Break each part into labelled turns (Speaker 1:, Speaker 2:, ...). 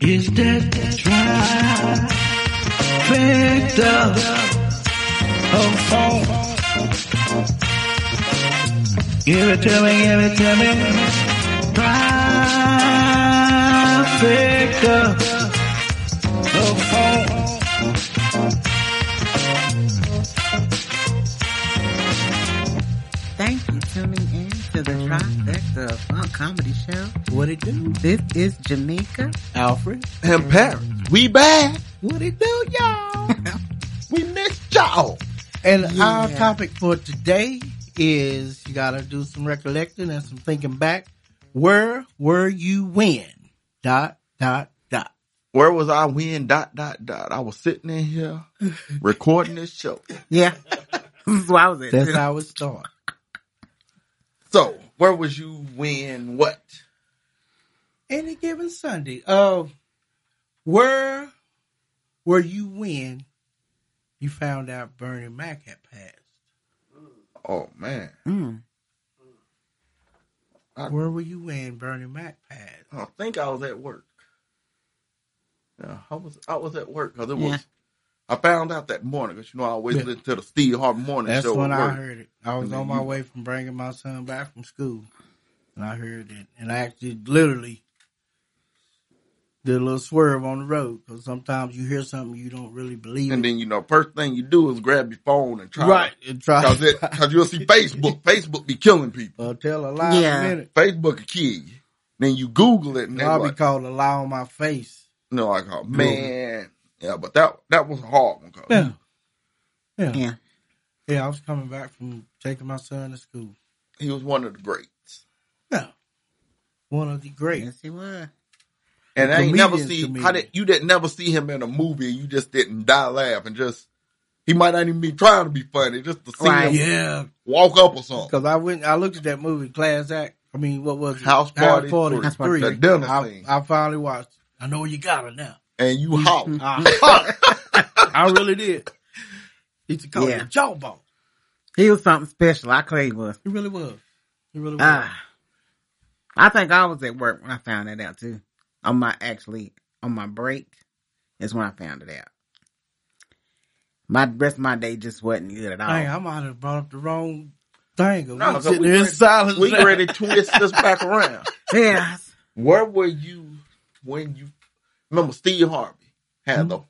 Speaker 1: Death trap. Picked up. Oh, oh. Give it to me, give it to me. Pride picked up. Oh, oh.
Speaker 2: Thank you tuning in to the Trifecta of Funk Comedy Show.
Speaker 1: What it do?
Speaker 2: This is Jamaica.
Speaker 1: Alfred.
Speaker 3: and Paris. We back.
Speaker 1: What it do, y'all?
Speaker 3: We missed y'all.
Speaker 1: And our
Speaker 2: Yeah.
Speaker 1: topic for today is you got to do some recollecting and some thinking back. Where were you when? Dot, dot, dot.
Speaker 3: Where was I when? Dot dot dot. I was sitting in here recording this show.
Speaker 2: Yeah. this is why I was at.
Speaker 1: That's
Speaker 2: too.
Speaker 1: how it starts.
Speaker 3: So where was you when? What?
Speaker 1: Any given Sunday. Oh, where were you when you found out Bernie Mac had passed?
Speaker 3: Oh man.
Speaker 2: Mm.
Speaker 1: Where were you when Bernie Mac passed?
Speaker 3: I think I was at work. Yeah, I was. I was at work because it
Speaker 2: Yeah.
Speaker 3: was. I found out that morning because you know I always
Speaker 1: Yeah.
Speaker 3: listen to the Steve Harvey morning
Speaker 1: That's
Speaker 3: show. at
Speaker 1: when I
Speaker 3: work.
Speaker 1: heard it. I was
Speaker 3: And then
Speaker 1: on my
Speaker 3: you-
Speaker 1: way from bringing my son back from school, and I heard it. And I actually literally did a little swerve on the road because sometimes you hear something you don't really believe
Speaker 3: And
Speaker 1: in.
Speaker 3: then you know, first thing you do is grab your phone and try.
Speaker 1: Right, and try.
Speaker 3: Because it because you'll see Facebook. Facebook be killing people.
Speaker 1: I'll Uh, tell a lie
Speaker 2: Yeah.
Speaker 1: in a minute.
Speaker 3: Facebook a kid. Then you Google it and they're
Speaker 1: I'll be
Speaker 3: like,
Speaker 1: called a lie on my face.
Speaker 3: No, I call man. Yeah, but that that was a hard one. 'cause
Speaker 1: Yeah. Yeah.
Speaker 2: Yeah.
Speaker 1: Yeah, I was coming back from taking my son to school.
Speaker 3: He was one of the greats,
Speaker 1: Yeah. One of the great.
Speaker 2: Yes, he was.
Speaker 3: and I ain't
Speaker 1: Comedian,
Speaker 3: never see
Speaker 1: comedian.
Speaker 3: how did you didn't never see him in a movie. and You just didn't die laugh and just he might not even be trying to be funny. Just to see
Speaker 2: Right.
Speaker 3: him
Speaker 1: Yeah.
Speaker 3: walk up or something.
Speaker 1: Because I went, I looked at that movie, Class Act. I mean, what was it?
Speaker 3: House Party Three.
Speaker 1: House
Speaker 2: House
Speaker 1: Party
Speaker 2: Party
Speaker 3: The
Speaker 1: Three.
Speaker 3: dinner
Speaker 1: I,
Speaker 3: scene.
Speaker 1: I finally watched. it. I know you got her now.
Speaker 3: and you
Speaker 1: Mm-hmm.
Speaker 3: holler.
Speaker 1: I, I really did. It's used to call
Speaker 2: Yeah.
Speaker 1: it a jawbone.
Speaker 2: He was something special. I claim he was.
Speaker 1: It really was. It really was.
Speaker 2: Ah. I think I was at work when I found that out too. On my actually on my break is when I found it out. My rest of my day just wasn't good at all.
Speaker 1: Dang, I might have brought up the wrong thing.
Speaker 3: No,
Speaker 1: No,
Speaker 3: 'cause
Speaker 1: sitting
Speaker 3: we
Speaker 1: there in
Speaker 3: ready-
Speaker 1: silence.
Speaker 3: we ready to twist this back around.
Speaker 2: yeah.
Speaker 3: Where were you when you remember Steve Harvey had the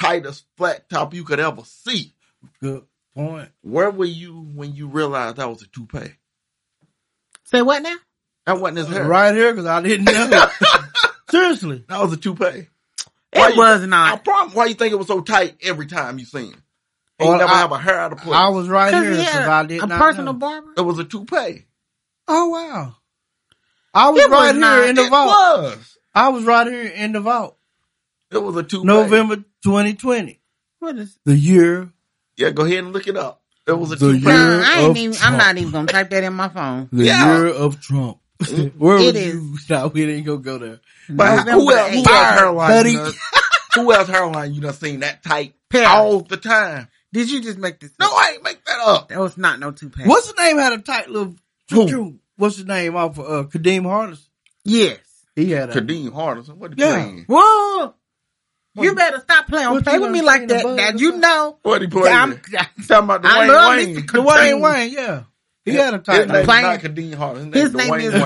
Speaker 3: tightest flat top you could ever see?
Speaker 1: Good point.
Speaker 3: Where were you when you realized that was a toupee?
Speaker 2: Say what now?
Speaker 3: That wasn't his hair.
Speaker 1: Right here, because I didn't know. Seriously.
Speaker 3: That was a toupee. Why
Speaker 2: It
Speaker 3: you-
Speaker 2: was
Speaker 3: I
Speaker 2: not.
Speaker 3: promise. Why you think it was so tight every time you seen it? He
Speaker 1: Well,
Speaker 3: never
Speaker 1: I-
Speaker 3: have a hair out of place.
Speaker 1: I was right
Speaker 2: 'Cause
Speaker 1: here
Speaker 2: he
Speaker 1: because
Speaker 2: had
Speaker 1: I did
Speaker 2: a
Speaker 1: not
Speaker 2: personal
Speaker 1: know.
Speaker 2: barber.
Speaker 3: it was a toupee.
Speaker 1: Oh wow! I was
Speaker 2: It was
Speaker 1: right here
Speaker 2: not-
Speaker 1: in the
Speaker 3: it
Speaker 1: vault.
Speaker 3: was.
Speaker 1: I was right here in the vault.
Speaker 3: It was a toupee.
Speaker 1: November 2020,
Speaker 2: What is
Speaker 1: the year,
Speaker 3: Yeah, go ahead and look it up. It was a
Speaker 1: The
Speaker 3: toupee.
Speaker 1: year-
Speaker 2: Nah, I ain't
Speaker 1: of
Speaker 2: even.
Speaker 1: Trump.
Speaker 2: I'm not even gonna type that in my phone.
Speaker 1: the
Speaker 3: Yeah.
Speaker 1: year of Trump. Where was
Speaker 2: It is.
Speaker 1: you? No, we didn't go go there.
Speaker 3: But who
Speaker 2: November
Speaker 3: else? Who else
Speaker 2: 8th.
Speaker 3: hairline?
Speaker 1: Buddy.
Speaker 3: You done, who else hairline you done seen that tight
Speaker 2: Paris.
Speaker 3: all the time?
Speaker 2: Did you just make this?
Speaker 3: No, I ain't make that up.
Speaker 2: that was not no toupee.
Speaker 1: What's the name? Had a tight little.
Speaker 3: Who?
Speaker 1: What's the name off of uh, Kadeem Hardison?
Speaker 2: Yes.
Speaker 1: He had a.
Speaker 3: Kadeem Hardison. What he
Speaker 1: Yeah.
Speaker 3: playing?
Speaker 2: Whoa. You
Speaker 1: What-
Speaker 2: better stop playing
Speaker 1: what
Speaker 2: on play
Speaker 1: you
Speaker 2: with
Speaker 1: gonna
Speaker 2: me
Speaker 1: say in
Speaker 2: like
Speaker 1: the
Speaker 2: that.
Speaker 1: bud
Speaker 2: Now
Speaker 1: or
Speaker 2: you
Speaker 1: something?
Speaker 2: know.
Speaker 3: What he playing?
Speaker 2: I'm,
Speaker 3: Talking about
Speaker 2: I
Speaker 3: Dwayne
Speaker 2: love
Speaker 3: Wayne.
Speaker 2: Mr.
Speaker 1: Dwayne
Speaker 2: Kadeem.
Speaker 1: Wayne, yeah, he had a
Speaker 3: His
Speaker 1: tight.
Speaker 3: name's
Speaker 1: little-
Speaker 2: Plain.
Speaker 3: not Kadeem Hardison.
Speaker 2: His name
Speaker 3: Dwayne
Speaker 2: is
Speaker 3: Wayne.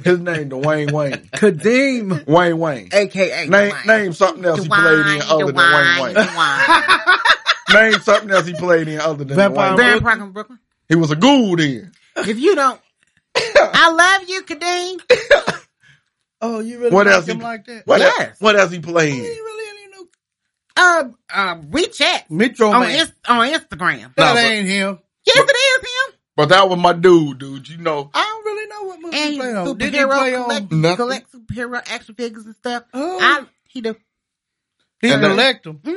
Speaker 2: Kadeem.
Speaker 3: His name Dwayne Wayne.
Speaker 2: Kadeem.
Speaker 3: Wayne Wayne.
Speaker 2: AKA.
Speaker 3: Name,
Speaker 2: Dwayne.
Speaker 3: name something else he played in
Speaker 2: Dwayne,
Speaker 3: other than
Speaker 2: Dwayne,
Speaker 3: Wayne Wayne.
Speaker 2: Dwayne.
Speaker 3: Name something else he played in other than
Speaker 1: Vampire
Speaker 3: Wayne.
Speaker 1: Brooklyn.
Speaker 3: Wayne.
Speaker 2: Vampire in Brooklyn.
Speaker 3: He was a ghoul then.
Speaker 2: If you don't. I love you, Kadeem.
Speaker 1: Oh, you really
Speaker 3: What
Speaker 1: like
Speaker 3: else?
Speaker 1: him
Speaker 3: he,
Speaker 1: like that?
Speaker 3: What,
Speaker 2: Yes.
Speaker 3: else, what else he
Speaker 1: He
Speaker 3: played?
Speaker 1: really ain't no
Speaker 2: Uh, uh, WeChat.
Speaker 1: Metro
Speaker 2: On,
Speaker 1: Oh, Man.
Speaker 2: Inst- on Instagram.
Speaker 1: that
Speaker 3: No, but-
Speaker 1: ain't him.
Speaker 2: Yes, it is him.
Speaker 3: But that was my dude, dude. You know,
Speaker 1: I don't really know what movie
Speaker 2: and
Speaker 1: he played on. Did he play
Speaker 2: superhero
Speaker 1: on?
Speaker 2: collect,
Speaker 3: Nothing.
Speaker 2: collect superhero action figures and stuff.
Speaker 1: Oh.
Speaker 2: I he the
Speaker 1: He
Speaker 3: And
Speaker 1: collect them.
Speaker 2: Mhm.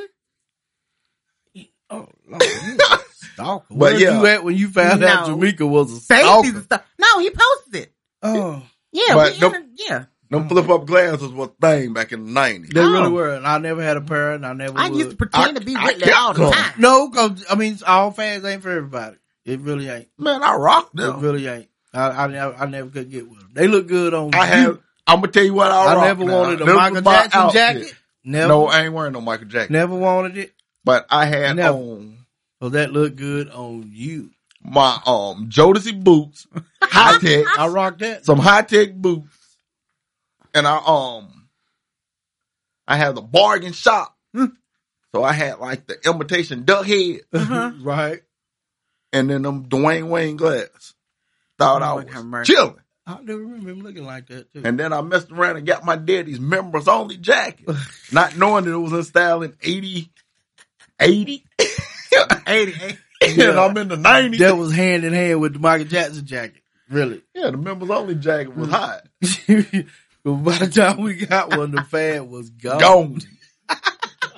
Speaker 1: Oh, Lord, you a stalker.
Speaker 3: But
Speaker 1: Where
Speaker 3: yeah.
Speaker 1: you at when you found out
Speaker 2: No.
Speaker 1: Jamaica was a
Speaker 2: safeties and
Speaker 1: stalker?
Speaker 2: stuff. No, he posted it.
Speaker 1: Oh,
Speaker 2: Yeah,
Speaker 3: But
Speaker 2: we
Speaker 3: nope.
Speaker 2: inter- yeah.
Speaker 3: them flip up glasses was a thing back in the nineties.
Speaker 1: they
Speaker 2: Oh.
Speaker 1: really were, and I never had a pair, and I never.
Speaker 2: I
Speaker 1: would.
Speaker 2: used to pretend
Speaker 3: I-
Speaker 2: to be
Speaker 3: I
Speaker 2: with
Speaker 3: kept
Speaker 2: that all the
Speaker 3: going.
Speaker 2: time.
Speaker 1: No, because I mean, all fans ain't for everybody. It really ain't.
Speaker 3: Man, I rocked
Speaker 1: It
Speaker 3: them.
Speaker 1: really ain't. I, I, never- I never could get with them. They look good on.
Speaker 3: I
Speaker 1: you.
Speaker 3: had I'm gonna tell you what I,
Speaker 1: I
Speaker 3: rock
Speaker 1: never
Speaker 3: now.
Speaker 1: wanted a
Speaker 3: This
Speaker 1: Michael
Speaker 3: was my
Speaker 1: Jackson
Speaker 3: outfit.
Speaker 1: jacket. Never,
Speaker 3: No, I ain't wearing no Michael Jackson.
Speaker 1: never wanted it.
Speaker 3: But I had
Speaker 1: Never.
Speaker 3: on
Speaker 1: So that looked good on you.
Speaker 3: my um Jodeci boots, high tech,
Speaker 1: I rocked that.
Speaker 3: some high tech boots, and I um I had the bargain shop. So I had like the imitation duck head
Speaker 2: Uh-huh.
Speaker 1: right.
Speaker 3: and then them Dwayne Wayne glass. Thought
Speaker 2: Oh,
Speaker 3: I
Speaker 2: look how
Speaker 3: was
Speaker 2: mercy.
Speaker 3: chilling.
Speaker 1: I do remember him looking like that too.
Speaker 3: And then I messed around and got my daddy's members only jacket, not knowing that it was in style in 80, 80.
Speaker 2: 88.
Speaker 3: and I'm in the 90s.
Speaker 1: that was hand in hand with the Michael Jackson jacket. Really.
Speaker 3: yeah, the members only jacket was hot.
Speaker 1: but by the time we got one, the fad was gone.
Speaker 3: Gone.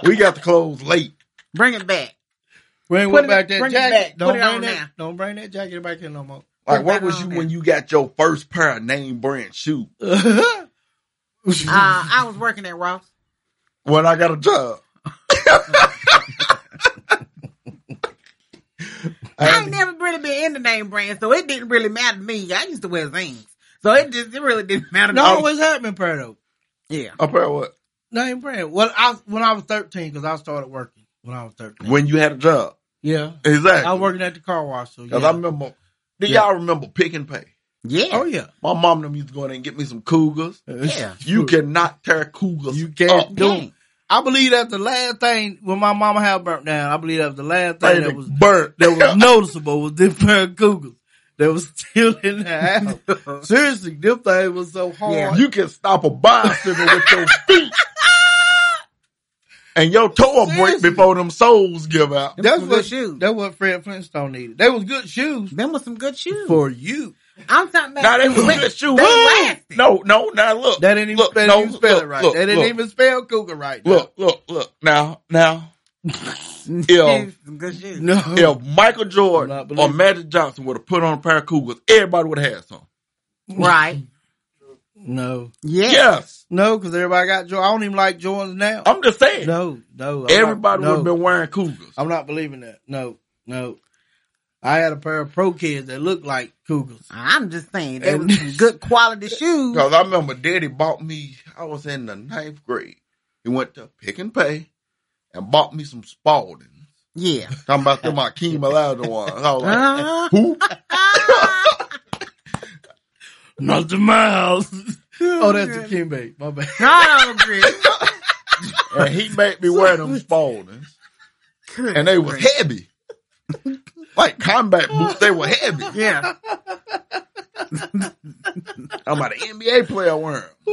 Speaker 3: we got the clothes late.
Speaker 2: Bring it back.
Speaker 1: Bring,
Speaker 2: Put it-
Speaker 1: back that
Speaker 2: bring it
Speaker 1: jacket.
Speaker 2: back.
Speaker 1: Don't
Speaker 2: Put it
Speaker 1: bring
Speaker 2: on
Speaker 1: that.
Speaker 2: now.
Speaker 1: Don't bring that jacket back in no more.
Speaker 3: Like,
Speaker 2: Put
Speaker 3: what
Speaker 2: that
Speaker 3: was
Speaker 2: on
Speaker 3: you
Speaker 2: there.
Speaker 3: when you got your first pair of name brand shoe?
Speaker 1: uh,
Speaker 2: Uh, I was working at Ross.
Speaker 3: When I got a job.
Speaker 2: I ain't never really been into name brands, so it didn't really matter to me. I used to wear Zings. So it just, it really didn't matter to
Speaker 1: no,
Speaker 2: me.
Speaker 1: what's happening, Perdo?
Speaker 2: Yeah.
Speaker 3: A pair of what?
Speaker 1: Name brand. Well, I when I was thirteen, because I started working when I was thirteen.
Speaker 3: When you had a job.
Speaker 1: yeah,
Speaker 3: Exactly.
Speaker 1: I was working at the car wash. So yeah.
Speaker 3: Because I remember, do
Speaker 1: Yeah.
Speaker 3: y'all remember pick and pay?
Speaker 2: Yeah.
Speaker 1: oh yeah,
Speaker 3: My mom and them used to go in there and get me some cougars.
Speaker 2: Yeah.
Speaker 3: You cannot tear cougars.
Speaker 1: You
Speaker 3: up.
Speaker 1: can't do.
Speaker 2: Yeah.
Speaker 1: it. Oh, I believe that's the last thing when my mama had burnt down. I believe that was the last thing that was
Speaker 3: burnt.
Speaker 1: that was noticeable was them pair of cougars that was still in the house. Seriously, them things was so hard.
Speaker 2: Yeah.
Speaker 3: you can stop a bicycle with your feet. And your toe will break
Speaker 1: Seriously.
Speaker 3: before them soles give out.
Speaker 2: Them
Speaker 1: That's
Speaker 2: was
Speaker 1: what
Speaker 2: good shoes.
Speaker 1: That's what Fred Flintstone needed. They was good shoes
Speaker 2: Them was some good shoes.
Speaker 1: for you.
Speaker 2: I'm talking about.
Speaker 3: Now they was
Speaker 2: Wait,
Speaker 3: good shoes.
Speaker 2: They lasted.
Speaker 3: No, no, now look.
Speaker 1: That didn't even
Speaker 3: Look,
Speaker 1: spell,
Speaker 3: no,
Speaker 1: even spell
Speaker 3: look,
Speaker 1: it right.
Speaker 3: look,
Speaker 1: they didn't
Speaker 3: look.
Speaker 1: even spell cougar right.
Speaker 3: Look, look, look. Now, now,
Speaker 2: These some good shoes.
Speaker 1: no,
Speaker 3: if Michael
Speaker 1: I'm not
Speaker 3: Jordan or
Speaker 1: believing.
Speaker 3: Magic Johnson would have put on a pair of cougars, everybody would have had some.
Speaker 2: Right.
Speaker 1: no,
Speaker 2: Yeah.
Speaker 3: Yes.
Speaker 1: no, because everybody got Jordan. I don't even like Jordans now.
Speaker 3: I'm just saying.
Speaker 1: no, no, I'm
Speaker 3: Oh, everybody
Speaker 1: not,
Speaker 3: would have
Speaker 1: no.
Speaker 3: been wearing cougars.
Speaker 1: I'm not believing that. No, no. I had a pair of pro kids that looked like cougars.
Speaker 2: I'm just saying, they
Speaker 1: And-
Speaker 2: was some good quality shoes.
Speaker 3: Because I remember daddy bought me, I was in the ninth grade. He went to Pick and Pay and bought me some Spaldings.
Speaker 2: Yeah.
Speaker 3: Talking about them Akeem Olajuwon ones. I was like,
Speaker 2: Uh-huh.
Speaker 3: who?
Speaker 1: Not the mouse. oh, that's the Kimbe. My bad.
Speaker 2: No, Chris.
Speaker 3: And he made me wear them Spaldings.
Speaker 2: Good
Speaker 3: And they was
Speaker 2: grief.
Speaker 3: heavy. Like combat boots, they were heavy.
Speaker 2: Yeah.
Speaker 3: I'm about an NBA player wearing 'em, but-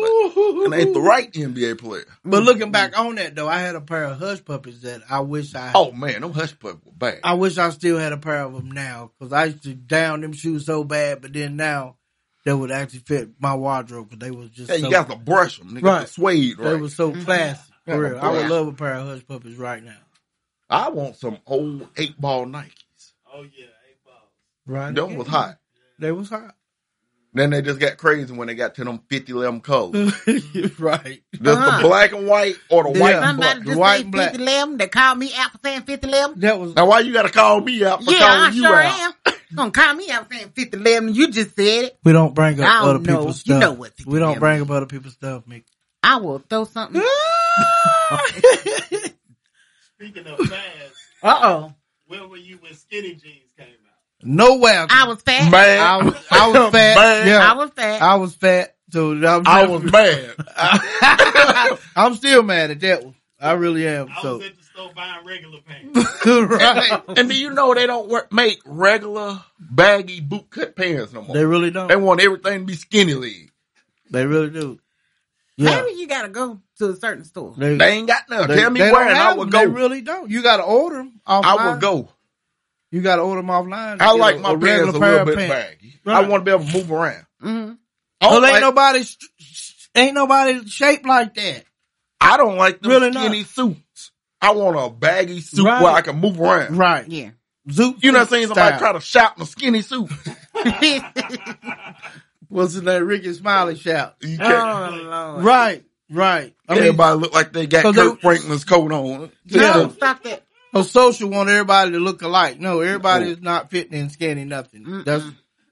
Speaker 3: And they ain't the right NBA player.
Speaker 1: But looking back on that though, I had a pair of hush puppies that I wish I
Speaker 3: Oh man, them hush puppies were bad.
Speaker 1: I wish I still had a pair of them now because I used to down them shoes so bad, but then now they would actually fit my wardrobe because they was just
Speaker 3: Yeah,
Speaker 1: so,
Speaker 3: you got to brush them. They got
Speaker 1: Right.
Speaker 3: the suede,
Speaker 1: they
Speaker 3: right?
Speaker 1: was so classy. For real. I
Speaker 3: Yeah.
Speaker 1: would love a pair of hush puppies right now.
Speaker 3: I want some old eight ball Nikes.
Speaker 1: Right,
Speaker 3: Them was hot.
Speaker 1: They was hot.
Speaker 3: Then they just got crazy when they got to them 50
Speaker 1: Uh-huh.
Speaker 3: lemon colors.
Speaker 1: right.
Speaker 3: Just
Speaker 2: Uh-huh.
Speaker 3: the black and white or the
Speaker 1: Yeah.
Speaker 3: white and
Speaker 2: Somebody
Speaker 3: black.
Speaker 2: just
Speaker 1: White
Speaker 2: say
Speaker 1: and black.
Speaker 2: 50 lemon. They call me out for saying 50 lemon.
Speaker 1: That was
Speaker 3: Now, why you got to call me out for
Speaker 2: Yeah, I
Speaker 3: calling you
Speaker 2: sure
Speaker 3: out?
Speaker 2: am. You gonna call me out for saying 50 lemon. You just said it.
Speaker 1: we don't bring
Speaker 2: I
Speaker 1: up
Speaker 2: don't
Speaker 1: other
Speaker 2: know.
Speaker 1: people's
Speaker 2: You
Speaker 1: stuff.
Speaker 2: know what
Speaker 1: we
Speaker 2: Piccadilly
Speaker 1: don't bring up other people's stuff, Mick.
Speaker 2: I will throw something.
Speaker 4: Speaking of fast,
Speaker 2: Uh-oh.
Speaker 4: where were you when skinny jeans came out?
Speaker 1: Nowhere.
Speaker 2: I was fat.
Speaker 3: Man,
Speaker 1: I was, I was fat.
Speaker 3: Man.
Speaker 1: Yeah,
Speaker 2: I was fat.
Speaker 1: I was fat. So I'm,
Speaker 3: I was mad.
Speaker 1: I'm still mad at that one. I really am.
Speaker 4: I
Speaker 1: So
Speaker 4: was at the store buying regular pants.
Speaker 1: right.
Speaker 3: and do you know they don't work, make regular baggy boot cut pants no more?
Speaker 1: They
Speaker 3: They,
Speaker 1: really don't.
Speaker 3: want everything to be skinny leg.
Speaker 1: They really do. Yeah.
Speaker 2: Maybe you gotta go to a certain store.
Speaker 1: They,
Speaker 3: They ain't got nothing. Tell me
Speaker 1: they
Speaker 3: where
Speaker 1: don't
Speaker 3: and I
Speaker 1: have
Speaker 3: will go.
Speaker 1: them. They really don't. You got to order them offline.
Speaker 3: I will go.
Speaker 1: You got to order them offline. to
Speaker 3: I
Speaker 1: get
Speaker 3: like
Speaker 1: a-
Speaker 3: my
Speaker 1: a regular
Speaker 3: pants a
Speaker 1: pair
Speaker 3: little
Speaker 1: of
Speaker 3: bit
Speaker 1: pants.
Speaker 3: baggy.
Speaker 1: Right.
Speaker 3: I want to be able to move around.
Speaker 2: hmm
Speaker 3: I don't,
Speaker 1: Well, ain't
Speaker 3: like,
Speaker 1: nobody, sh- sh- ain't nobody shaped like that.
Speaker 3: I don't like them
Speaker 1: Really not.
Speaker 3: skinny suits. I want a baggy suit
Speaker 1: Right.
Speaker 3: where I can move around.
Speaker 1: Right.
Speaker 2: Mm-hmm. Yeah.
Speaker 1: Zoot.
Speaker 3: You know what I'm saying? Somebody
Speaker 1: style.
Speaker 3: try to shout in a skinny suit.
Speaker 1: What's his name? Ricky Smiley shout.
Speaker 3: You
Speaker 1: Uh,
Speaker 3: can't.
Speaker 2: oh, Lord.
Speaker 1: Right. Right. I mean,
Speaker 3: Everybody look like they got
Speaker 1: So they-
Speaker 3: Kirk Franklin's coat on.
Speaker 1: Yeah.
Speaker 2: No, stop that.
Speaker 1: so social want everybody to look alike. No, everybody
Speaker 3: No.
Speaker 1: is not fitting and skinny nothing.
Speaker 2: Mm-mm.
Speaker 1: That's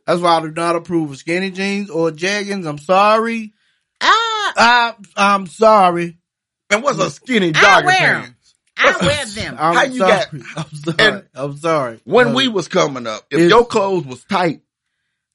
Speaker 1: that's why I do not approve of skinny jeans or jeggings. I'm sorry.
Speaker 2: I
Speaker 1: I, I'm sorry.
Speaker 3: And what's a skinny
Speaker 2: I
Speaker 3: jogger
Speaker 2: wear 'em.
Speaker 3: pants?
Speaker 2: I wear them.
Speaker 1: I'm
Speaker 3: How you got-
Speaker 1: sorry. I'm sorry.
Speaker 3: and-
Speaker 1: I'm sorry.
Speaker 3: When
Speaker 1: No.
Speaker 3: we was coming up, if
Speaker 1: It's-
Speaker 3: your clothes was tight,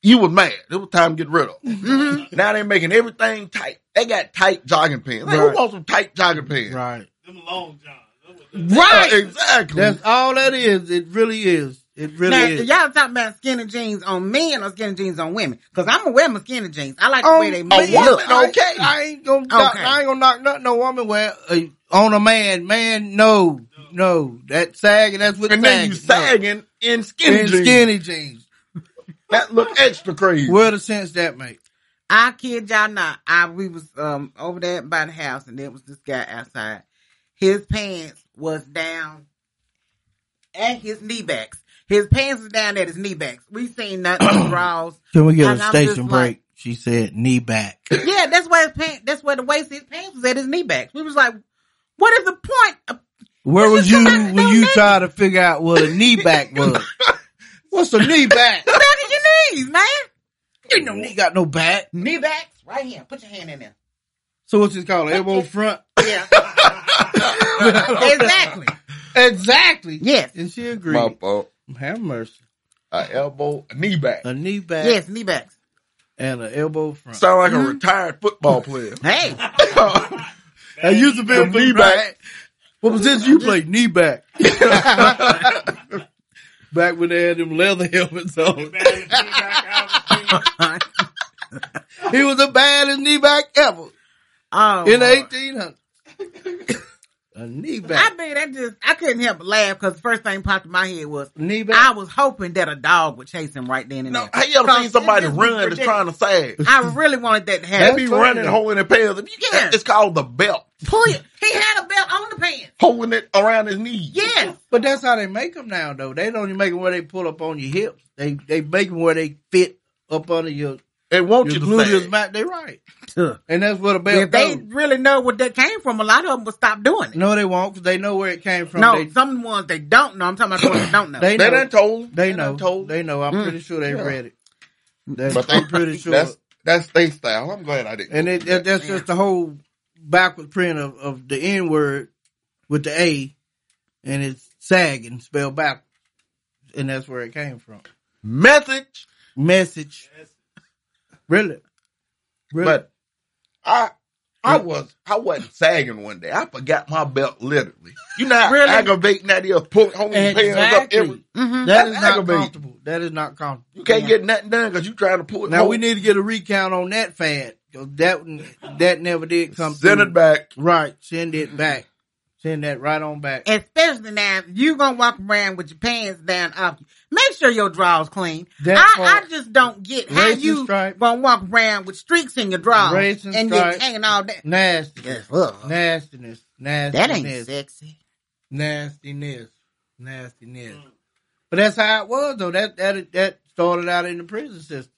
Speaker 3: you was mad. It was time to get rid of. them.
Speaker 2: hmm
Speaker 1: Mm-hmm.
Speaker 3: now they making everything tight. They got tight jogging pants. Like,
Speaker 1: Right.
Speaker 3: Who wants some tight jogging pants?
Speaker 1: Right.
Speaker 4: Them long johns.
Speaker 3: Uh,
Speaker 2: Right.
Speaker 3: exactly.
Speaker 1: That's all that is. It really is. It really
Speaker 2: now,
Speaker 1: is.
Speaker 2: y'all talking about skinny jeans on men or skinny jeans on women? Because I'm gonna wear my skinny jeans. I like the way they
Speaker 1: On
Speaker 2: make
Speaker 3: a woman,
Speaker 2: look.
Speaker 1: I-
Speaker 3: okay.
Speaker 1: I ain't gonna knock,
Speaker 2: Okay.
Speaker 1: I ain't gonna knock nothing no woman wear uh, on a man. Man, no, no, that sagging. That's what
Speaker 3: and then you
Speaker 1: sagging.
Speaker 3: sagging in
Speaker 1: No.
Speaker 3: skinny
Speaker 1: And
Speaker 3: jeans.
Speaker 1: skinny jeans.
Speaker 3: That look extra crazy.
Speaker 1: Where the sense that make?
Speaker 2: I kid y'all not. I we was um over there by the house and there was this guy outside. His pants was down at his knee backs. His pants was down at his knee backs. We seen nothing draws.
Speaker 1: Can we get
Speaker 2: And
Speaker 1: a
Speaker 2: I'm just
Speaker 1: station break?
Speaker 2: like-
Speaker 1: she said knee back.
Speaker 2: Yeah, that's where his pants that's where the waist of his pants was at his knee backs. We was like, What is the point of
Speaker 1: Where
Speaker 2: This
Speaker 1: was
Speaker 2: is
Speaker 1: you
Speaker 2: somebody
Speaker 1: when
Speaker 2: don't
Speaker 1: you
Speaker 2: need-
Speaker 1: tried to figure out what a knee back was? What's a knee back?
Speaker 2: back of your knees, man?
Speaker 1: Ain't no knee got no back.
Speaker 2: Knee backs? Right here. Put your hand in there.
Speaker 1: So what's it called? Elbow front.
Speaker 2: Yeah.
Speaker 1: exactly.
Speaker 2: exactly.
Speaker 1: exactly.
Speaker 2: Yes.
Speaker 1: And she
Speaker 3: My
Speaker 1: agreed.
Speaker 3: fault.
Speaker 1: Have mercy.
Speaker 3: A elbow, a knee back.
Speaker 1: A knee back.
Speaker 2: Yes, knee backs.
Speaker 1: and an elbow front.
Speaker 3: Sound like a retired football player.
Speaker 2: Hey.
Speaker 1: I used to be
Speaker 3: The knee back.
Speaker 1: What position you play? Knee back. back when they had them leather helmets on. He was the baddest knee back ever
Speaker 2: Oh
Speaker 1: in the
Speaker 2: Lord.
Speaker 1: 1800s. A knee
Speaker 2: I
Speaker 1: back.
Speaker 2: mean, that just, I couldn't help but laugh because the first thing popped in my head was,
Speaker 1: Knee
Speaker 2: I
Speaker 1: back.
Speaker 2: was hoping that a dog would chase him right then and
Speaker 3: No,
Speaker 2: there.
Speaker 3: have you ever seen
Speaker 2: Because
Speaker 3: somebody
Speaker 2: this is
Speaker 3: run that's
Speaker 2: ridiculous.
Speaker 3: trying to sag?
Speaker 2: I really wanted that to
Speaker 3: They
Speaker 2: happen.
Speaker 3: be
Speaker 1: That's
Speaker 3: running,
Speaker 1: right.
Speaker 3: holding their pants. If you
Speaker 2: Yeah.
Speaker 3: can, it's called the belt.
Speaker 2: Pull it. He had a belt on the pants.
Speaker 3: Holding it around his knees.
Speaker 2: Yes.
Speaker 1: But that's how they make them now, though. They don't even make them where they pull up on your hips. They they make them where they fit up under your,
Speaker 3: They want
Speaker 1: your
Speaker 3: you to
Speaker 1: gluteus
Speaker 3: sag.
Speaker 1: max. They right. And that's where the belt
Speaker 2: If they
Speaker 1: goes.
Speaker 2: really know what that came from, a lot of them would stop doing it. No,
Speaker 1: No, they won't 'cause they know where it came from. they,
Speaker 2: some ones they don't know. I'm talking about the ones that don't know.
Speaker 1: They-
Speaker 3: They done told.
Speaker 1: They
Speaker 3: done
Speaker 1: know.
Speaker 3: told.
Speaker 1: They know. I'm
Speaker 2: Mm.
Speaker 1: pretty sure they
Speaker 3: Yeah.
Speaker 1: read it. They-
Speaker 3: But they-
Speaker 1: I'm pretty sure.
Speaker 3: That's that's their style. I'm glad I didn't.
Speaker 1: and it, that- that's
Speaker 2: Yeah.
Speaker 1: just the whole backward print of, of the N word with the A, and it's sagging spelled back, and that's where it came from.
Speaker 3: Message.
Speaker 1: Message, really, really.
Speaker 3: But I I was I wasn't sagging one day. I forgot my belt literally. You know how
Speaker 2: Really?
Speaker 3: aggravating that is. Pulling holding your pants up.
Speaker 1: Exactly.
Speaker 3: Every,
Speaker 2: Mhm.
Speaker 1: that
Speaker 3: that's
Speaker 1: is not
Speaker 3: aggravating.
Speaker 1: comfortable. That is not comfortable.
Speaker 3: you can't
Speaker 2: Yeah.
Speaker 3: get nothing done because you trying to pull it.
Speaker 1: Now we
Speaker 3: home.
Speaker 1: need to get a recount on that fad 'cause that that never did come.
Speaker 3: send
Speaker 1: through.
Speaker 3: it back.
Speaker 1: Right, send it back. Send that right on back.
Speaker 2: Especially now, if you gonna walk around with your pants down up. Make sure your drawers clean.
Speaker 1: That
Speaker 2: I,
Speaker 1: part.
Speaker 2: I just don't get how
Speaker 1: Racing
Speaker 2: you
Speaker 1: stripe.
Speaker 2: gonna walk around with streaks in your drawers
Speaker 1: Racing
Speaker 2: and
Speaker 1: stripe.
Speaker 2: you're hanging all that.
Speaker 1: Nasty.
Speaker 2: Yes, ugh.
Speaker 1: Nastiness. Nastiness.
Speaker 2: that ain't sexy.
Speaker 1: Nastiness. Nastiness. But that's how it was though. That that that started out in the prison system.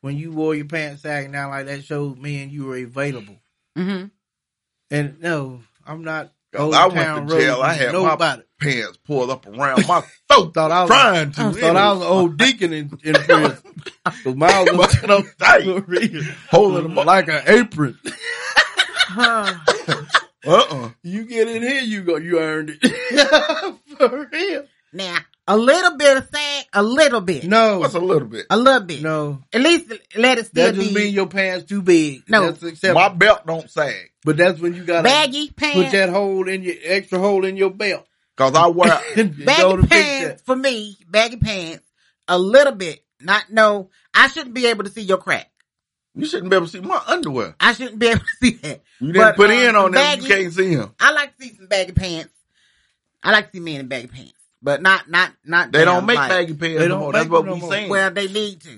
Speaker 1: When you wore your pants sagging down like that showed me and you were available.
Speaker 2: Mm-hmm.
Speaker 1: And no, I'm not
Speaker 3: Cause I
Speaker 1: Old Town
Speaker 3: went to jail.
Speaker 1: Road,
Speaker 3: I had
Speaker 1: nobody.
Speaker 3: my pants pulled up around my throat.
Speaker 1: Thought I was-
Speaker 3: trying to.
Speaker 1: I thought I was an old deacon in, in prison. 'Cause mine was
Speaker 3: Busting up tight, holding them up.
Speaker 1: like an apron.
Speaker 3: Uh-uh.
Speaker 1: You get in here, you go, you earned it. For real.
Speaker 2: now, a little bit of sag, a little bit,
Speaker 1: No.
Speaker 3: What's a little bit?
Speaker 2: a little bit.
Speaker 1: No.
Speaker 2: At least let it still
Speaker 1: That just
Speaker 2: be
Speaker 1: means your pants too big.
Speaker 2: No.
Speaker 1: that's acceptable.
Speaker 3: My belt don't sag
Speaker 1: but that's when you gotta
Speaker 2: baggy
Speaker 1: put
Speaker 2: pants.
Speaker 1: that hole in your extra hole in your belt.
Speaker 3: because I wear.
Speaker 1: And go to
Speaker 2: baggy
Speaker 1: fix
Speaker 2: pants for me, baggy pants, a little bit. Not no, I shouldn't be able to see your crack.
Speaker 3: you shouldn't be able to see my underwear.
Speaker 2: I shouldn't be able to see that.
Speaker 3: You didn't
Speaker 2: But,
Speaker 1: uh,
Speaker 3: put
Speaker 2: um,
Speaker 3: in on them. You
Speaker 2: baggy-
Speaker 3: can't see them.
Speaker 2: I like to see some baggy pants. I like to see men in baggy pants, but not not not.
Speaker 3: They don't
Speaker 2: damn,
Speaker 3: make
Speaker 2: like-
Speaker 3: baggy pants
Speaker 1: They
Speaker 3: no
Speaker 1: don't
Speaker 3: more.
Speaker 1: make
Speaker 3: That's what
Speaker 1: them
Speaker 3: we
Speaker 1: no more.
Speaker 3: saying.
Speaker 2: Well, they need to.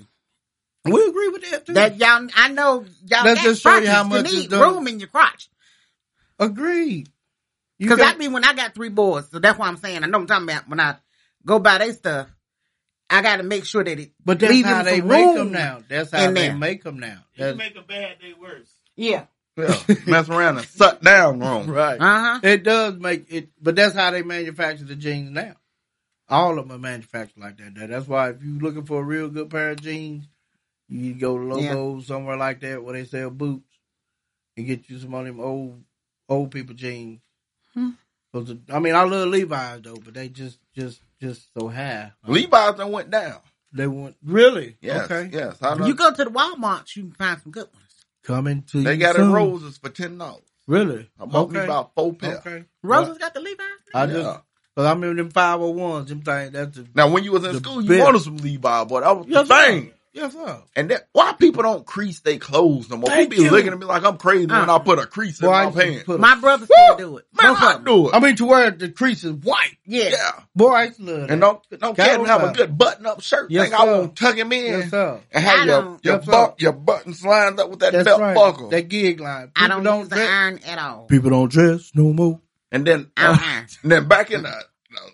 Speaker 1: that. We agree with that too.
Speaker 2: That y'all, I know y'all.
Speaker 1: Let's
Speaker 2: got
Speaker 1: just show you how
Speaker 2: crotches.
Speaker 1: much it's
Speaker 2: you need
Speaker 1: done.
Speaker 2: room in your crotch.
Speaker 1: Agreed. You
Speaker 2: Because
Speaker 1: got-
Speaker 2: I mean, when I got three boys, so that's why I'm saying I know what I'm talking about. When I go buy their stuff, I got to make sure that it.
Speaker 1: but that's
Speaker 2: leave
Speaker 1: how
Speaker 2: him
Speaker 1: they
Speaker 2: some
Speaker 1: make
Speaker 2: room
Speaker 1: them now. That's how
Speaker 2: in
Speaker 1: they
Speaker 2: there.
Speaker 1: make them now.
Speaker 4: You
Speaker 1: That's,
Speaker 4: make a bad day worse.
Speaker 2: Yeah.
Speaker 3: Yeah. Mess around and suck down wrong.
Speaker 1: right.
Speaker 2: Uh huh.
Speaker 1: It does make it, but that's how they manufacture the jeans now. All of them are manufactured like that. That- That's why if you're looking for a real good pair of jeans, you go to Lobo somewhere like that where they sell boots, and get you some of them old old people jeans.
Speaker 2: Hmm.
Speaker 1: 'Cause the- I mean, I love Levi's though, but they just just just so high.
Speaker 3: Levi's done went down.
Speaker 1: They want really
Speaker 3: Yes,
Speaker 1: okay.
Speaker 3: yes. I
Speaker 2: If you go
Speaker 3: done,
Speaker 2: to the Walmart, you can find some good ones.
Speaker 1: Coming to
Speaker 3: they
Speaker 1: you
Speaker 3: got it
Speaker 1: soon.
Speaker 3: roses for ten dollars.
Speaker 1: Really?
Speaker 3: I bought me
Speaker 1: Okay.
Speaker 3: about four pairs.
Speaker 1: Okay.
Speaker 2: Rosa's got the Levi's.
Speaker 1: I
Speaker 3: Yeah.
Speaker 1: just cause I remember them five hundred ones. Them things. That's a,
Speaker 3: Now, when you was in
Speaker 1: The
Speaker 3: school, you
Speaker 1: best.
Speaker 3: wanted some Levi, boy. That was the
Speaker 1: Yes, sir.
Speaker 3: thing.
Speaker 1: yes, sir.
Speaker 3: And that why people don't crease their clothes no more.
Speaker 1: Thank
Speaker 3: people be
Speaker 1: you. Uh-uh.
Speaker 3: looking at me like I'm crazy when
Speaker 2: Uh.
Speaker 3: I put a crease
Speaker 1: Boy, I
Speaker 3: in
Speaker 1: used
Speaker 3: my
Speaker 1: to
Speaker 3: pants.
Speaker 1: put a-
Speaker 2: My brother
Speaker 3: Woo!
Speaker 2: still do it.
Speaker 3: Man,
Speaker 2: Both of
Speaker 3: I
Speaker 2: 'em.
Speaker 3: do it.
Speaker 1: I mean, to wear the crease is white.
Speaker 2: Yeah.
Speaker 3: yeah.
Speaker 1: Boy, I used to love that.
Speaker 3: And don't
Speaker 1: God,
Speaker 3: don't care to have a
Speaker 1: wow.
Speaker 3: good button up shirt
Speaker 1: Yes,
Speaker 3: thing. I
Speaker 1: sir.
Speaker 3: won't tug him in
Speaker 1: yes, sir.
Speaker 3: and have
Speaker 2: I
Speaker 3: your
Speaker 2: don't.
Speaker 3: your,
Speaker 1: Yes, sir.
Speaker 3: bu- your buttons lined up with that
Speaker 1: That's
Speaker 3: belt
Speaker 1: right.
Speaker 3: buckle.
Speaker 1: That gig line. People
Speaker 2: I don't, use the
Speaker 1: dress.
Speaker 2: iron at all.
Speaker 1: People don't dress no more.
Speaker 3: and then uh,
Speaker 2: I don't iron.
Speaker 3: and then back in the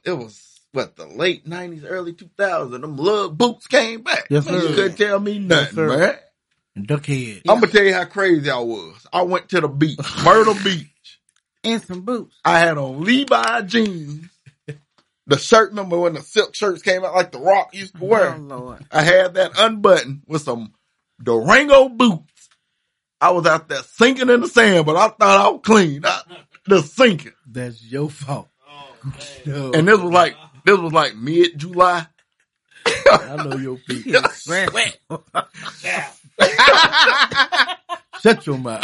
Speaker 3: it was what the late nineties, early two thousand. Them love boots came back.
Speaker 1: Yes,
Speaker 3: Man, You
Speaker 1: sir.
Speaker 3: couldn't tell me nothing,
Speaker 1: sir.
Speaker 3: man.
Speaker 1: And duckhead.
Speaker 3: I'm gonna tell you how crazy I was. I went to the beach, Myrtle Beach.
Speaker 2: And some boots.
Speaker 3: I had on Levi jeans. The shirt number when the silk shirts came out, like The Rock used to wear.
Speaker 2: Oh, Lord.
Speaker 3: I had that unbuttoned with some Durango boots. I was out there sinking in the sand, but I thought I was clean. I, just sinking,
Speaker 1: That's your fault.
Speaker 4: Oh, man.
Speaker 1: No.
Speaker 3: and this was like this was like mid July.
Speaker 1: I know your people.
Speaker 2: You sweat.
Speaker 4: Yeah.
Speaker 1: Shut your mouth.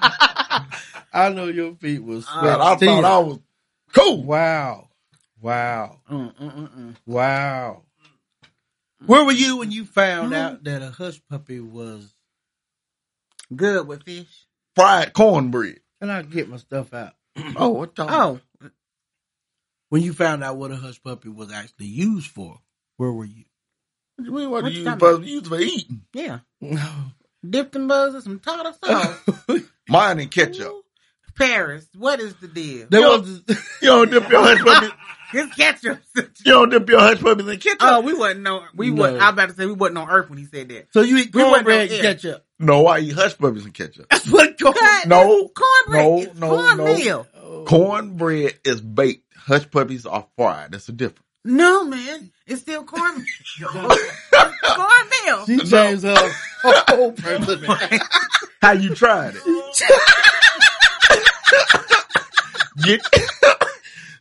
Speaker 1: I know your feet was sweat.
Speaker 3: And I
Speaker 1: still.
Speaker 3: thought I was cool.
Speaker 1: Wow. Wow.
Speaker 2: Mm, mm, mm, mm.
Speaker 1: Wow. Hmm. Where were you when you found out that a hush puppy was?
Speaker 2: Good with fish.
Speaker 3: Fried cornbread.
Speaker 1: And I get my stuff out.
Speaker 3: Oh, what the?
Speaker 2: Oh,
Speaker 1: When you found out what a hush puppy was actually used for, where were you?
Speaker 3: What you mean? What,
Speaker 2: What
Speaker 3: you
Speaker 2: you
Speaker 3: use
Speaker 2: talking about?
Speaker 3: for, use for eating?
Speaker 2: yeah. Dip them bugs in some tartar sauce.
Speaker 1: they
Speaker 3: Mine and ketchup.
Speaker 2: Ooh. Paris, what is the deal?
Speaker 1: was
Speaker 3: You don't dip your hush puppies.
Speaker 2: It's ketchup.
Speaker 3: You don't dip your hush puppies in ketchup.
Speaker 2: oh, we wasn't on. We
Speaker 1: No.
Speaker 2: was. I was about to say we wasn't on Earth when he said that.
Speaker 1: so you eat
Speaker 2: We wasn't
Speaker 1: cornbread
Speaker 2: no
Speaker 1: and
Speaker 2: air.
Speaker 1: ketchup.
Speaker 3: No, I eat hush puppies and ketchup.
Speaker 1: That's what corn.
Speaker 2: Cut.
Speaker 3: No,
Speaker 2: cornbread.
Speaker 3: no,
Speaker 2: it's
Speaker 3: no,
Speaker 2: cornmeal.
Speaker 1: Oh.
Speaker 3: Cornbread is baked. Hush puppies are fried. That's the difference.
Speaker 2: No. man, it's still cornmeal. cornmeal.
Speaker 1: She
Speaker 3: No.
Speaker 1: changed her whole personality.
Speaker 3: How you tried it? Get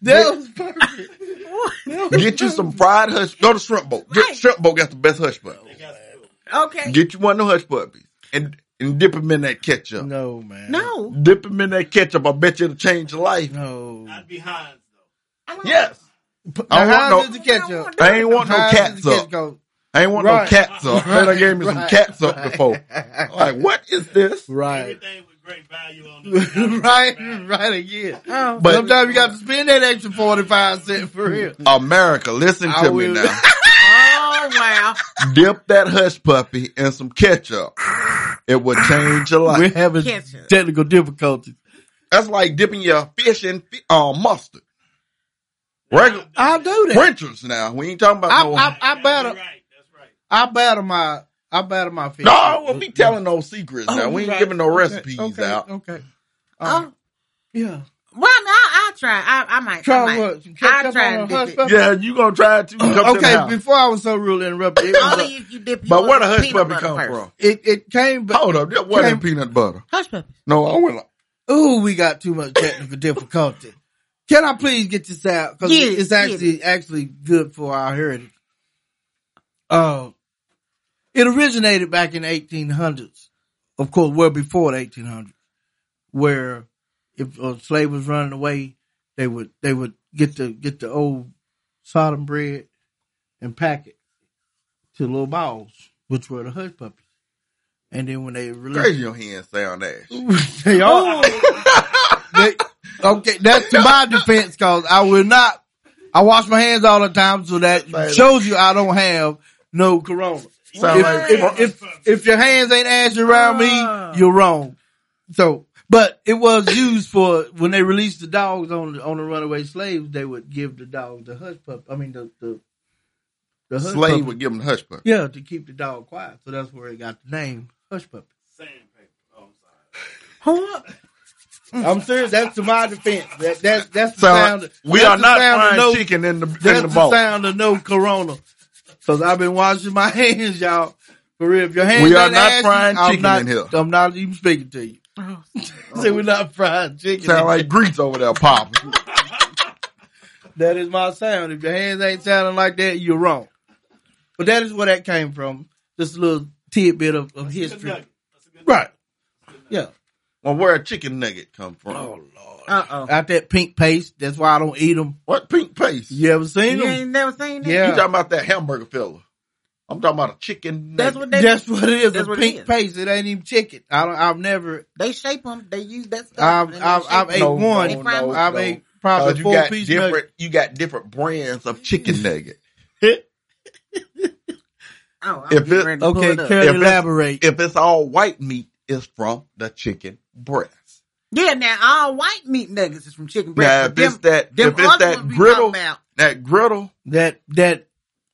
Speaker 1: That was perfect. That was
Speaker 3: get you some
Speaker 1: perfect.
Speaker 3: fried hush. Go to shrimp boat. Get,
Speaker 2: Right.
Speaker 3: Shrimp boat got the best hush
Speaker 4: They
Speaker 3: puppies.
Speaker 4: got some-
Speaker 2: okay.
Speaker 3: Get you one of the hush puppies and and dip them in that ketchup.
Speaker 1: No man.
Speaker 2: No.
Speaker 3: Dip them in that ketchup. I bet you it'll change your life.
Speaker 1: No.
Speaker 4: I'd be Heinz, though.
Speaker 2: I don't-
Speaker 3: Yes, I
Speaker 1: Now,
Speaker 3: want
Speaker 1: how
Speaker 3: no-
Speaker 1: did the
Speaker 2: I don't
Speaker 1: ketchup?
Speaker 2: want
Speaker 3: I ain't want no
Speaker 1: How did
Speaker 3: cats
Speaker 1: the
Speaker 3: up.
Speaker 1: ketchup-
Speaker 3: I ain't want
Speaker 1: Right.
Speaker 3: no cats up. Then They gave me some
Speaker 1: Right.
Speaker 3: cats up before. Like, what is this?
Speaker 1: Right.
Speaker 4: Everything with great value on it.
Speaker 1: right. Right again.
Speaker 2: Oh,
Speaker 3: But-
Speaker 1: Sometimes you got to spend that extra 45 cents for real.
Speaker 3: America, listen
Speaker 1: I
Speaker 3: to
Speaker 1: will-
Speaker 3: me now.
Speaker 2: oh wow.
Speaker 3: dip that hush puppy in some ketchup. It will change your
Speaker 1: We're
Speaker 3: life.
Speaker 1: having
Speaker 2: Ketchup.
Speaker 1: technical difficulties.
Speaker 3: That's like dipping your fish in fi- uh, mustard. Regular
Speaker 1: I do that.
Speaker 3: Frenchers now. We ain't talking about
Speaker 1: I,
Speaker 3: no.
Speaker 1: I, I
Speaker 4: That's
Speaker 1: battle.
Speaker 4: right. That's right.
Speaker 1: I battle my. I battle my fish.
Speaker 3: no, we'll be telling no secrets
Speaker 1: Oh,
Speaker 3: now.
Speaker 1: you
Speaker 3: We ain't
Speaker 1: right.
Speaker 3: giving no
Speaker 1: Okay,
Speaker 3: recipes
Speaker 1: okay,
Speaker 3: out.
Speaker 1: Okay. Uh,
Speaker 2: Oh,
Speaker 1: yeah.
Speaker 2: well, I mean, I'll, I'll try. I, I might. I
Speaker 1: Try
Speaker 2: might.
Speaker 1: what? Some ketchup
Speaker 2: I'll try
Speaker 1: on
Speaker 2: and
Speaker 1: a hush
Speaker 2: dip it.
Speaker 1: puppy?
Speaker 3: Yeah, you gonna try to come to the
Speaker 1: okay,
Speaker 3: house.
Speaker 1: before I was so rude and interrupted, it, was
Speaker 2: Only
Speaker 1: a-
Speaker 2: if you dip.
Speaker 3: But
Speaker 2: yours
Speaker 3: where the
Speaker 2: in
Speaker 3: hush
Speaker 2: peanut
Speaker 3: puppy
Speaker 2: butter
Speaker 3: come
Speaker 2: first.
Speaker 3: from?
Speaker 1: it, it came but
Speaker 3: Hold up, that wasn't
Speaker 1: Came-
Speaker 3: peanut butter.
Speaker 2: Hush puppies.
Speaker 3: No, I went. Like,
Speaker 1: Ooh, we got too much technical difficulty. Can I please get this out? Because
Speaker 2: Get it,
Speaker 1: it's
Speaker 2: get
Speaker 1: actually actually good for our heritage. Uh, it originated back in the 1800s, of course, well before the 1800s, where if a slave was running away, they would they would get the get the old Sodom bread and pack it to little balls, which were the hush puppies. And then when they
Speaker 3: crazy
Speaker 1: released,
Speaker 3: your hands sound ass.
Speaker 1: they are. They- okay, that's to my defense because I will not. I wash my hands all the time, so that
Speaker 3: Say that.
Speaker 1: shows you I don't have no corona.
Speaker 3: Sound like
Speaker 1: If, if, if, if your hands ain't ashy around
Speaker 2: Ah.
Speaker 1: me, you're wrong. So, but it was used for when they released the dogs on the, on the runaway slaves. They would give the dog the hush pup. I mean the the, the hush
Speaker 3: slave
Speaker 1: puppy.
Speaker 3: would give him the hush puppy.
Speaker 1: Yeah, to keep the dog quiet. So that's where it got the name hush puppy.
Speaker 4: Sandpaper. Oh, I'm sorry.
Speaker 2: Huh?
Speaker 1: I'm serious. That's to my defense. That, that's that's the
Speaker 3: Sound,
Speaker 1: sound. of-
Speaker 3: we
Speaker 1: that's
Speaker 3: are
Speaker 1: the
Speaker 3: not
Speaker 1: sound of
Speaker 3: frying
Speaker 1: no,
Speaker 3: chicken in the
Speaker 1: That's
Speaker 3: in the
Speaker 1: the,
Speaker 3: bowl.
Speaker 1: sound of no corona. Cause I've been washing my hands, y'all. For real, if your hands
Speaker 3: We are
Speaker 1: ain't
Speaker 3: not
Speaker 1: ashy,
Speaker 3: frying
Speaker 1: I'm
Speaker 3: chicken
Speaker 1: not,
Speaker 3: in here.
Speaker 1: I'm not even speaking to you.
Speaker 2: Oh,
Speaker 1: Say we're not fried chicken.
Speaker 3: Sound like Greeks over there popping.
Speaker 1: That is my sound. If your hands ain't sounding like that, you're wrong. But that is where that came from. Just a little tidbit of, of history.
Speaker 4: That's a good
Speaker 1: Right. Yeah.
Speaker 3: Well, where a chicken nugget come from?
Speaker 1: Oh lord.
Speaker 2: Uh-oh.
Speaker 1: Out that pink paste. That's why I don't eat them.
Speaker 3: What pink paste?
Speaker 1: You ever seen
Speaker 2: You
Speaker 1: them?
Speaker 2: ain't never seen that?
Speaker 1: Yeah.
Speaker 3: You talking about that hamburger fella? I'm talking about a chicken nugget.
Speaker 2: That's what they
Speaker 1: That's what it is.
Speaker 2: That's
Speaker 1: a
Speaker 2: what it
Speaker 1: pink
Speaker 2: is.
Speaker 1: paste. It ain't even chicken. I don't, I've never.
Speaker 2: they shape them. They use that stuff.
Speaker 1: I've
Speaker 2: and they
Speaker 1: I've,
Speaker 2: shape
Speaker 1: I've
Speaker 2: 'em.
Speaker 1: ate
Speaker 3: No,
Speaker 1: one.
Speaker 2: no, no,
Speaker 1: I've
Speaker 3: no.
Speaker 1: ate
Speaker 3: Uh,
Speaker 1: probably
Speaker 3: you
Speaker 1: four
Speaker 3: got
Speaker 1: piece
Speaker 3: different.
Speaker 1: nugget.
Speaker 3: You got different brands of
Speaker 2: Mm-hmm.
Speaker 3: chicken nugget.
Speaker 2: Oh, I'm
Speaker 3: If
Speaker 2: getting
Speaker 3: it-
Speaker 2: ready to pull
Speaker 1: Okay,
Speaker 2: it up.
Speaker 1: Carol,
Speaker 3: If it's-
Speaker 1: elaborate.
Speaker 3: If it's all white meat, it's from the chicken breast.
Speaker 2: Yeah, now all white meat nuggets is from chicken
Speaker 3: Now,
Speaker 2: breast.
Speaker 3: if
Speaker 2: but them,
Speaker 3: it's that,
Speaker 2: them
Speaker 3: if it's
Speaker 2: other
Speaker 3: that
Speaker 2: ones we
Speaker 3: griddle,
Speaker 2: talking about,
Speaker 3: that griddle,
Speaker 1: that that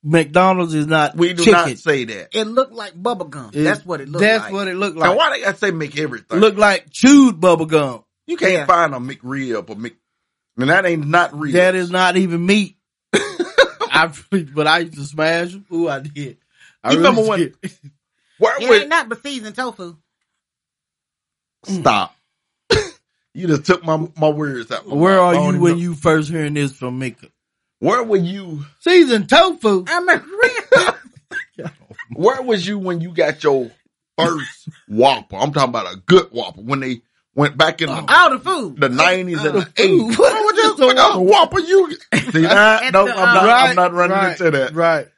Speaker 1: McDonald's is not
Speaker 3: we do
Speaker 1: chicken.
Speaker 3: not say that.
Speaker 2: it looked like bubble gum.
Speaker 1: It-
Speaker 2: that's what it looked
Speaker 1: That's
Speaker 2: like.
Speaker 1: what it looked
Speaker 3: Now,
Speaker 1: like.
Speaker 3: why they gotta say make everything?
Speaker 1: Look like chewed bubble gum.
Speaker 3: you can't
Speaker 2: Yeah.
Speaker 3: find a McRib or Mc, and that ain't not real.
Speaker 1: That is not even meat. I really, but I used to smash them. Ooh, I did. I
Speaker 3: You remember when-
Speaker 1: did.
Speaker 3: Where
Speaker 2: it
Speaker 3: would-
Speaker 2: ain't not but seasoned tofu.
Speaker 3: stop? you just took my my words out. my
Speaker 1: Where
Speaker 3: mouth. I
Speaker 1: are
Speaker 3: don't
Speaker 1: you
Speaker 3: even
Speaker 1: when
Speaker 3: know.
Speaker 1: you first hearing this from Mika?
Speaker 3: Where were you?
Speaker 1: Seasoned tofu.
Speaker 2: I'm a
Speaker 3: Where was you when you got your first Whopper? I'm talking about a good Whopper when they went back in the
Speaker 2: all the food.
Speaker 3: the nineties and the
Speaker 1: Ooh,
Speaker 3: eighties.
Speaker 1: Uh, what
Speaker 3: What
Speaker 1: is
Speaker 3: just
Speaker 1: a
Speaker 3: what else?
Speaker 1: Whopper?
Speaker 3: Whopper you see that?
Speaker 2: At
Speaker 3: No, I'm
Speaker 2: the,
Speaker 3: not.
Speaker 2: uh,
Speaker 3: I'm not running
Speaker 1: right,
Speaker 3: into that.
Speaker 1: Right.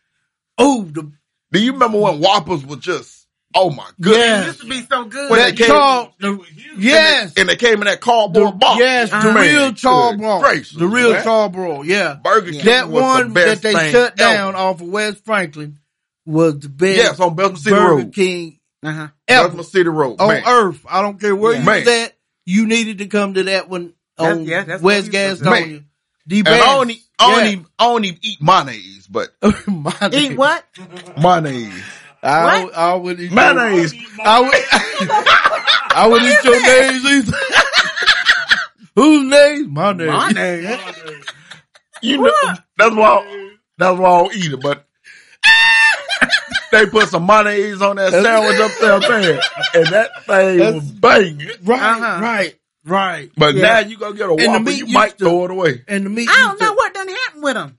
Speaker 1: Oh, the
Speaker 3: Do you remember when Whoppers were just? Oh my
Speaker 2: It
Speaker 3: goodness!
Speaker 1: Yeah.
Speaker 2: used to be so good.
Speaker 3: When
Speaker 1: that
Speaker 3: they came-
Speaker 1: chalk.
Speaker 4: They
Speaker 1: The,
Speaker 4: were huge.
Speaker 1: yes.
Speaker 3: And they came in that cardboard
Speaker 1: The-
Speaker 3: box.
Speaker 1: Yes, the
Speaker 2: Man,
Speaker 1: real
Speaker 3: good
Speaker 1: charbroil.
Speaker 3: gracious,
Speaker 1: The real
Speaker 3: man.
Speaker 1: charbroil. Yeah.
Speaker 3: Burger King
Speaker 1: That
Speaker 3: was
Speaker 1: one
Speaker 3: the
Speaker 1: that
Speaker 3: best
Speaker 1: they
Speaker 3: thing
Speaker 1: shut down
Speaker 3: ever.
Speaker 1: off of West Franklin was the best
Speaker 3: Yes, on Bessemer City
Speaker 1: Burger
Speaker 3: Road.
Speaker 1: King
Speaker 2: uh-huh.
Speaker 1: ever.
Speaker 3: Bessemer City Road.
Speaker 1: on
Speaker 3: man.
Speaker 1: earth. I don't care where
Speaker 2: Yeah.
Speaker 1: you
Speaker 3: Man.
Speaker 1: was at. You needed to come to that one
Speaker 2: That's-
Speaker 1: on
Speaker 2: yeah, that's what
Speaker 1: West
Speaker 2: we used to do.
Speaker 1: Gastonia. The
Speaker 3: And I don't,
Speaker 1: best.
Speaker 3: e- I, don't
Speaker 1: Yeah.
Speaker 3: even, I don't even eat mayonnaise, but
Speaker 1: Oh, My
Speaker 2: Eat
Speaker 1: name.
Speaker 2: what?
Speaker 3: mayonnaise.
Speaker 1: I,
Speaker 2: What?
Speaker 1: I would eat
Speaker 3: Mayonnaise.
Speaker 1: I would. I would eat your names either. Whose names? My name.
Speaker 2: My name.
Speaker 3: You know, that's why. That's why I don't eat it. But they put some mayonnaise on that sandwich up there, man, and that thing
Speaker 1: That's-
Speaker 3: was banging.
Speaker 1: Right,
Speaker 2: Uh-huh.
Speaker 1: right, right.
Speaker 3: But
Speaker 2: Yeah.
Speaker 3: now you gonna get a
Speaker 1: the
Speaker 3: whopper,
Speaker 1: meat
Speaker 3: you might
Speaker 1: used to-
Speaker 3: throw it away.
Speaker 1: And the meat.
Speaker 2: I don't
Speaker 1: used to-
Speaker 2: know what done happened with them.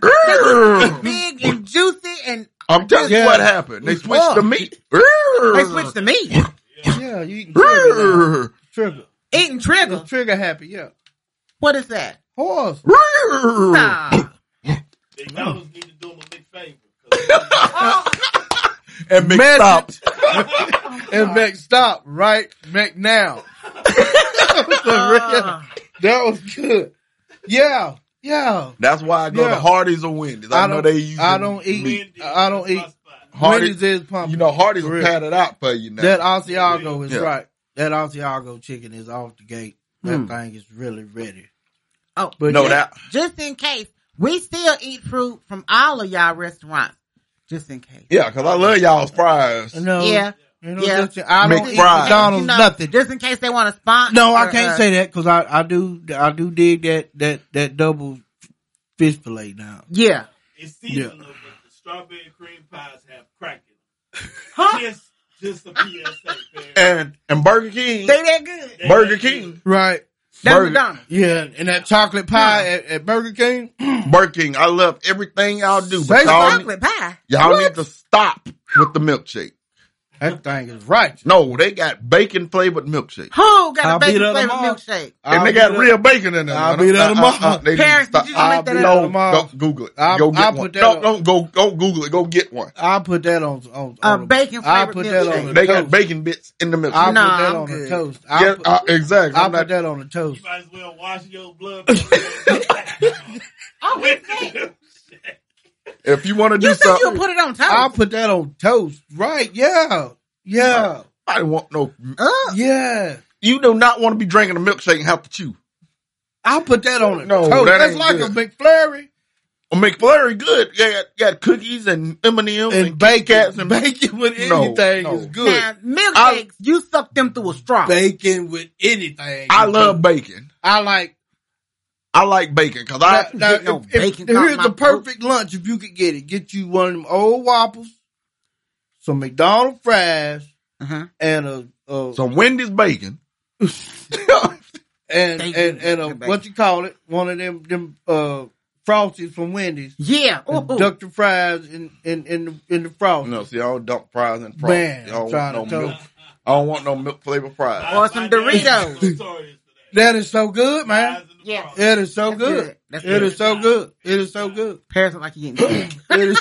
Speaker 3: Grrr.
Speaker 2: Big and juicy, and
Speaker 3: I'm telling
Speaker 1: Yeah.
Speaker 3: you what happened. They switched
Speaker 2: Fuck.
Speaker 3: the meat.
Speaker 2: they switched to meat.
Speaker 1: Yeah, you eating trigger. now.
Speaker 3: Grrr.
Speaker 1: Trigger.
Speaker 2: Eating trigger.
Speaker 1: Trigger happy. Yeah.
Speaker 2: What is that?
Speaker 1: Horse.
Speaker 3: Grrr.
Speaker 2: Nah.
Speaker 4: McDonald's need to do them a big favor. 'cause
Speaker 3: And
Speaker 1: Message.
Speaker 3: McStops.
Speaker 1: And Mac stop right Mac now.
Speaker 2: Uh,
Speaker 1: That was good. Yeah, yeah.
Speaker 3: That's why I go
Speaker 1: Yeah.
Speaker 3: to Hardee's or Wendy's. I,
Speaker 1: I
Speaker 3: know
Speaker 1: don't-
Speaker 3: they use
Speaker 1: I don't eat-
Speaker 3: meat.
Speaker 4: Wendy's
Speaker 1: I don't
Speaker 4: is my
Speaker 1: eat-
Speaker 4: spot.
Speaker 3: Hardy-
Speaker 1: Hardy's is pumping.
Speaker 3: You know Hardee's
Speaker 1: For
Speaker 3: will
Speaker 1: real.
Speaker 3: pat it out for you now.
Speaker 1: that Asiago is
Speaker 3: Yeah.
Speaker 1: right. That Asiago chicken is off the gate. That
Speaker 2: Hmm.
Speaker 1: thing is really ready.
Speaker 2: oh,
Speaker 1: But
Speaker 3: no,
Speaker 1: yeah.
Speaker 3: that
Speaker 2: just in case, we still eat fruit from all of y'all restaurants. Just in case.
Speaker 3: yeah, because I love y'all's fries.
Speaker 1: No,
Speaker 2: Yeah.
Speaker 1: you know,
Speaker 2: Yeah.
Speaker 1: just- I don't eat
Speaker 3: McFries.
Speaker 1: McDonald's
Speaker 2: You know,
Speaker 1: nothing.
Speaker 2: Just in case they want to sponsor. uh,
Speaker 1: No, I can't
Speaker 2: us.
Speaker 1: say that because I, I do I do dig that that that double fish fillet now.
Speaker 2: Yeah.
Speaker 4: It's seasonal, but the strawberry cream pies have crack in them.
Speaker 2: Huh?
Speaker 4: Just, just a PSA, man.
Speaker 3: And and Burger King,
Speaker 2: They that good.
Speaker 4: They
Speaker 3: Burger
Speaker 4: ain't
Speaker 3: King,
Speaker 1: Right.
Speaker 2: That's
Speaker 3: Burger-
Speaker 2: McDonald's.
Speaker 1: Yeah, and that chocolate pie at, at Burger King.
Speaker 3: Burger King. I love everything y'all do, but
Speaker 1: Say
Speaker 3: y'all,
Speaker 2: Chocolate pie.
Speaker 3: y'all need to stop with the milkshake.
Speaker 1: That thing is right.
Speaker 3: No, they got bacon flavored milkshake,
Speaker 2: Who got
Speaker 1: I'll
Speaker 2: a
Speaker 1: be
Speaker 2: bacon
Speaker 1: there
Speaker 2: flavored
Speaker 1: tomorrow.
Speaker 2: milkshake?
Speaker 3: and they got real bacon in there.
Speaker 1: I'll
Speaker 3: man.
Speaker 1: be there tomorrow.
Speaker 3: uh, they need to
Speaker 2: Parents,
Speaker 3: stop.
Speaker 2: did you just make
Speaker 3: I'll
Speaker 2: that
Speaker 3: be-
Speaker 2: up?
Speaker 3: no,
Speaker 1: Tomorrow.
Speaker 3: don't Google it.
Speaker 1: I'll-
Speaker 3: Go get
Speaker 1: I'll
Speaker 3: one.
Speaker 1: put that
Speaker 3: don't
Speaker 1: up.
Speaker 3: don't go go Google it. Go get one.
Speaker 1: I'll put that on on,
Speaker 2: A
Speaker 1: on
Speaker 2: bacon
Speaker 1: I'll
Speaker 2: flavored
Speaker 1: put that
Speaker 2: milkshake.
Speaker 1: on the
Speaker 3: They got
Speaker 1: toast.
Speaker 3: bacon bits in the
Speaker 1: I'll
Speaker 3: milkshake.
Speaker 2: Nah,
Speaker 1: put that
Speaker 2: I'm
Speaker 1: on the
Speaker 2: good.
Speaker 1: toast. I'll
Speaker 3: Yeah,
Speaker 1: put,
Speaker 3: uh, exactly.
Speaker 1: I'll
Speaker 3: I'm
Speaker 1: put
Speaker 3: not.
Speaker 1: that on the toast.
Speaker 4: You might as well wash your blood. oh,
Speaker 3: If you want to do
Speaker 2: You said you
Speaker 3: something,
Speaker 2: put it on toast.
Speaker 1: I'll put that on toast. Right? Yeah. Yeah.
Speaker 3: I don't want no.
Speaker 2: Uh,
Speaker 1: Yeah.
Speaker 3: You do not want to be drinking a milkshake and have to chew.
Speaker 1: I'll put that on a
Speaker 3: No,
Speaker 1: toast.
Speaker 3: that
Speaker 1: That's
Speaker 3: ain't
Speaker 1: like
Speaker 3: good.
Speaker 1: a McFlurry
Speaker 3: A McFlurry good. Yeah, got, got cookies and M and M's
Speaker 1: and
Speaker 3: and
Speaker 1: bacon.
Speaker 3: Kats and-
Speaker 1: bacon with
Speaker 3: No,
Speaker 1: anything
Speaker 3: no.
Speaker 1: is good.
Speaker 2: now, milkshakes,
Speaker 3: I-
Speaker 2: you suck them through a straw.
Speaker 1: Bacon with anything.
Speaker 3: I
Speaker 1: is
Speaker 3: love
Speaker 1: good.
Speaker 3: bacon.
Speaker 1: I like.
Speaker 3: I like bacon because I
Speaker 1: now,
Speaker 2: get no
Speaker 1: if- if-
Speaker 2: bacon
Speaker 1: here's
Speaker 2: out
Speaker 1: the
Speaker 2: my throat.
Speaker 1: perfect lunch if you could get it. Get you one of them old waffles, some McDonald's fries,
Speaker 2: Uh huh.
Speaker 1: and a, a
Speaker 3: Some Wendy's bacon.
Speaker 1: and
Speaker 2: Thank
Speaker 1: and,
Speaker 2: you.
Speaker 1: and a,
Speaker 2: Good bacon.
Speaker 1: what you call it? One of them them uh, frosties from Wendy's.
Speaker 2: Yeah.
Speaker 1: The
Speaker 2: Ooh, ooh.
Speaker 1: Duck the fries in in in the, in the frosty.
Speaker 3: no, see, I don't dump fries and fries.
Speaker 1: Man,
Speaker 3: I don't
Speaker 1: I'm
Speaker 3: want
Speaker 1: trying
Speaker 3: no
Speaker 1: to
Speaker 3: milk. I don't want no milk flavored fries.
Speaker 2: Or some Doritos.
Speaker 1: That is so good, man.
Speaker 2: Yeah.
Speaker 1: It is so
Speaker 2: That's
Speaker 1: good.
Speaker 2: That's
Speaker 1: It
Speaker 2: good.
Speaker 1: is so good. It is so good.
Speaker 2: Paris look like you getting
Speaker 1: It is